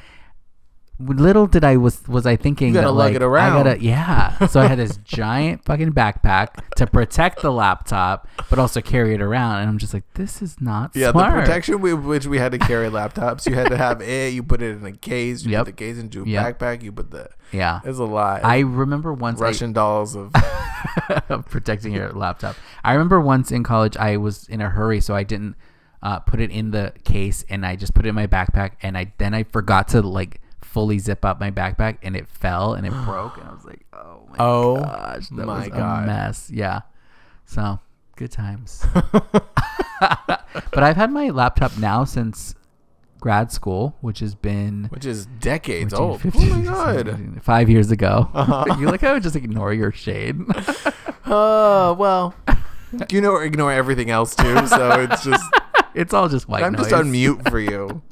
Speaker 1: Little did I was was I thinking
Speaker 2: gotta
Speaker 1: that
Speaker 2: lug
Speaker 1: like
Speaker 2: it around.
Speaker 1: I gotta yeah. So I had
Speaker 2: [laughs]
Speaker 1: this giant fucking backpack to protect the laptop, but also carry it around. And I'm just like, this is not
Speaker 2: Yeah,
Speaker 1: smart.
Speaker 2: the protection with which we had to carry laptops, you had to have it. You put it in a case. You
Speaker 1: Yep.
Speaker 2: put the case into a
Speaker 1: Yep.
Speaker 2: backpack. You put the.
Speaker 1: Yeah,
Speaker 2: It's a lot.
Speaker 1: I remember once I-
Speaker 2: Russian dolls of.
Speaker 1: of protecting your laptop. I remember once in college, I was in a hurry, so I didn't uh, put it in the case, and I just put it in my backpack, and I then I forgot to like fully zip up my backpack, and it fell
Speaker 2: [gasps]
Speaker 1: and it broke, and I was like, [laughs] oh my
Speaker 2: Oh [laughs]
Speaker 1: gosh, that
Speaker 2: my
Speaker 1: was
Speaker 2: God.
Speaker 1: a mess. Yeah, so good
Speaker 2: [laughs]
Speaker 1: times. but I've had my laptop now since grad school, which has been.
Speaker 2: which is decades
Speaker 1: 14,
Speaker 2: old.
Speaker 1: 15, [laughs]
Speaker 2: oh my god.
Speaker 1: 16, Five years ago, [laughs]
Speaker 2: [laughs]
Speaker 1: you like I would just ignore your shade.
Speaker 2: Oh well. You know, ignore everything else too. So it's just.
Speaker 1: [laughs] it's all just white
Speaker 2: I'm
Speaker 1: noise.
Speaker 2: just on
Speaker 1: [laughs]
Speaker 2: mute for you.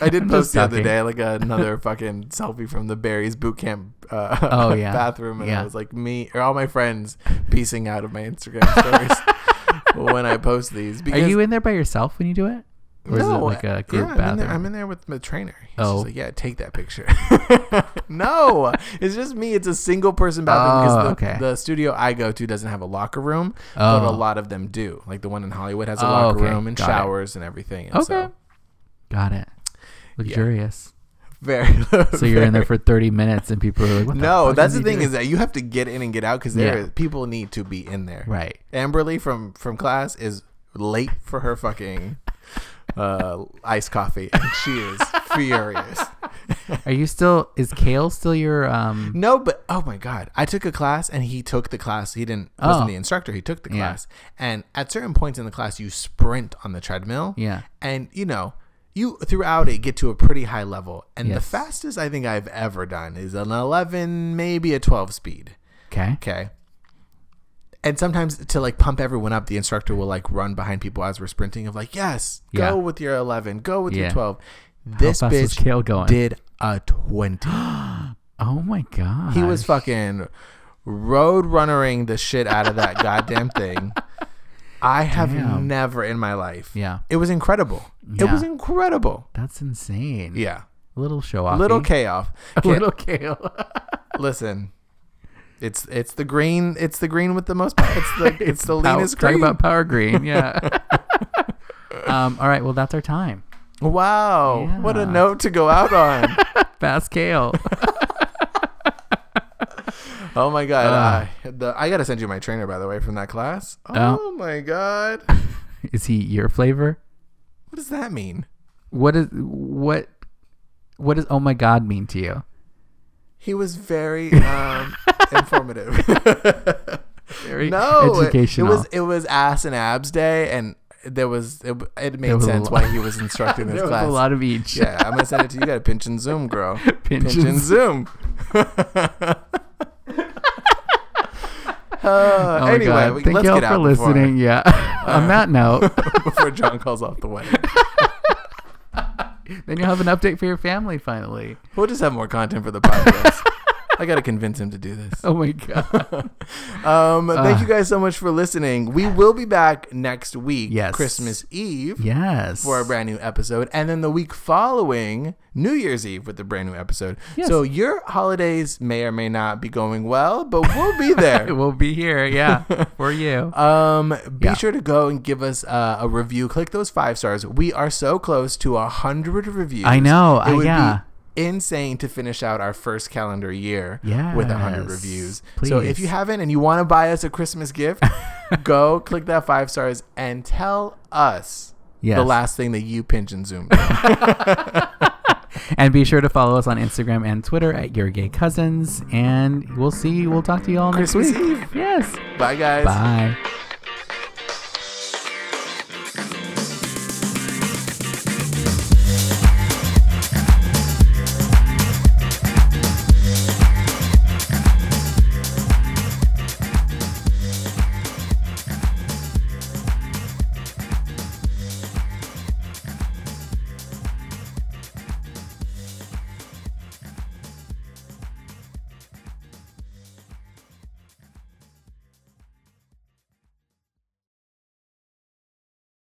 Speaker 2: I did
Speaker 1: I'm
Speaker 2: post
Speaker 1: just
Speaker 2: the other
Speaker 1: talking.
Speaker 2: day like
Speaker 1: [laughs]
Speaker 2: another fucking selfie from the Barry's boot camp uh,
Speaker 1: Oh, yeah.
Speaker 2: bathroom, and I
Speaker 1: Yeah.
Speaker 2: was like me or all my friends piecing out of my Instagram
Speaker 1: [laughs]
Speaker 2: stories when I post these.
Speaker 1: Are
Speaker 2: Because
Speaker 1: you in there by yourself when you do it? Or is it like
Speaker 2: uh,
Speaker 1: a group
Speaker 2: yeah, I'm in,
Speaker 1: bathroom?
Speaker 2: there, I'm in there with my trainer. He's
Speaker 1: Oh.
Speaker 2: just like, yeah, take that picture. [laughs] no, it's just me. It's a single person bathroom because
Speaker 1: Oh,
Speaker 2: the,
Speaker 1: okay.
Speaker 2: the studio I go to doesn't have a locker room, but
Speaker 1: Oh.
Speaker 2: a lot of them do. Like the one in Hollywood has a
Speaker 1: Oh,
Speaker 2: locker
Speaker 1: okay.
Speaker 2: room and
Speaker 1: Got it.
Speaker 2: showers and everything. And
Speaker 1: okay.
Speaker 2: so
Speaker 1: Got it. Luxurious.
Speaker 2: Very [laughs] low.
Speaker 1: So you're in there for 30 minutes and people are like, what the
Speaker 2: [laughs] No,
Speaker 1: fuck
Speaker 2: that's
Speaker 1: is
Speaker 2: the
Speaker 1: he
Speaker 2: thing
Speaker 1: doing?
Speaker 2: is that you have to get in and get out because there
Speaker 1: Yeah.
Speaker 2: people need to be in there.
Speaker 1: Right.
Speaker 2: Amberly from from class is late for her fucking uh, iced coffee, and she is
Speaker 1: [laughs]
Speaker 2: furious.
Speaker 1: Are you still, is Kale still your, um,
Speaker 2: [laughs] No, but oh my god, I took a class and he took the class. He didn't wasn't
Speaker 1: Oh.
Speaker 2: the instructor. He took the
Speaker 1: Yeah.
Speaker 2: class, and at certain points in the class, you sprint on the treadmill.
Speaker 1: yeah.
Speaker 2: and you know. You throughout it get to a pretty high level, and the
Speaker 1: Yes.
Speaker 2: fastest I think I've ever done is an 11, maybe a 12 speed.
Speaker 1: Okay.
Speaker 2: Okay. And sometimes to like pump everyone up, the instructor will like run behind people as we're sprinting of like, yes, go
Speaker 1: Yeah.
Speaker 2: with your 11, go with your
Speaker 1: Yeah.
Speaker 2: 12. This
Speaker 1: fast was
Speaker 2: bitch
Speaker 1: Kale going?
Speaker 2: did a 20.
Speaker 1: Oh my God.
Speaker 2: he was fucking road runnering the shit out of that goddamn thing. I have
Speaker 1: Damn.
Speaker 2: never in my life.
Speaker 1: Yeah.
Speaker 2: It was incredible. It
Speaker 1: Yeah.
Speaker 2: was incredible.
Speaker 1: That's insane.
Speaker 2: Yeah.
Speaker 1: Little show off.
Speaker 2: Little chaos.
Speaker 1: Little Kale. [laughs]
Speaker 2: Listen. It's it's the green it's the green with the most
Speaker 1: [laughs]
Speaker 2: it's the it's the
Speaker 1: Pow-
Speaker 2: leanest green.
Speaker 1: Talk about power green. Yeah. [laughs] um, all right. Well, that's our time.
Speaker 2: Wow. What a
Speaker 1: Yeah.
Speaker 2: note to go
Speaker 1: [laughs]
Speaker 2: out on.
Speaker 1: Fast Kale.
Speaker 2: oh my god. I, the, I gotta send you my trainer by the way from that class. Oh,
Speaker 1: Uh. Oh.
Speaker 2: my god.
Speaker 1: is he your flavor?
Speaker 2: What does that mean?
Speaker 1: What is what? What does oh my god mean to you?
Speaker 2: He was
Speaker 1: [laughs]
Speaker 2: very um, informative.
Speaker 1: Very
Speaker 2: no, it-
Speaker 1: educational.
Speaker 2: It, was it was ass and abs day, and there was it, it made
Speaker 1: There was a
Speaker 2: sense
Speaker 1: lo-
Speaker 2: why he
Speaker 1: [laughs]
Speaker 2: was instructing this
Speaker 1: there was
Speaker 2: class.
Speaker 1: a lot of each.
Speaker 2: [laughs] yeah, I'm
Speaker 1: [laughs]
Speaker 2: gonna send it to you. You gotta pinch and zoom, girl.
Speaker 1: Pinch
Speaker 2: Pinch and
Speaker 1: and
Speaker 2: zoom.
Speaker 1: [laughs]
Speaker 2: [laughs] Uh,
Speaker 1: Oh my
Speaker 2: anyway,
Speaker 1: god!
Speaker 2: we-
Speaker 1: Thank
Speaker 2: let's
Speaker 1: y'all
Speaker 2: get
Speaker 1: for
Speaker 2: out before-
Speaker 1: listening. Yeah.
Speaker 2: [laughs]
Speaker 1: [laughs] On that note,
Speaker 2: Uh, before John calls off the wedding.
Speaker 1: then you'll have an update for your family finally.
Speaker 2: We'll just have more content for the podcast. I got to convince him to do this. [laughs]
Speaker 1: Oh my god! Uh.
Speaker 2: Um, thank you guys so much for listening. We will be back next week,
Speaker 1: Yes.
Speaker 2: Christmas Eve,
Speaker 1: [laughs] Yes.
Speaker 2: for a brand new episode, and then the week following, New Year's Eve, with a brand new episode.
Speaker 1: Yes.
Speaker 2: So your holidays may or may not be going well, but we'll
Speaker 1: [laughs]
Speaker 2: be there.
Speaker 1: we'll be here.
Speaker 2: [laughs]
Speaker 1: Yeah, for you.
Speaker 2: Um, be
Speaker 1: Yeah.
Speaker 2: sure to go and give us uh, a review. Click those five stars. We are so close to a hundred reviews.
Speaker 1: I know,
Speaker 2: It
Speaker 1: I-
Speaker 2: would
Speaker 1: yeah.
Speaker 2: be insane to finish out our first calendar year with a hundred
Speaker 1: Yes,
Speaker 2: reviews. So if
Speaker 1: please.
Speaker 2: you haven't and you want to buy us a
Speaker 1: [laughs]
Speaker 2: Christmas gift, go click that five stars and tell us
Speaker 1: Yes.
Speaker 2: the last thing that you pinch and zoom.
Speaker 1: And be sure to follow us on Instagram and Twitter at Your Gay Cousins. And we'll see. We'll talk to you all next
Speaker 2: Christmas
Speaker 1: week.
Speaker 2: Eve.
Speaker 1: Yes.
Speaker 2: Bye guys.
Speaker 1: Bye.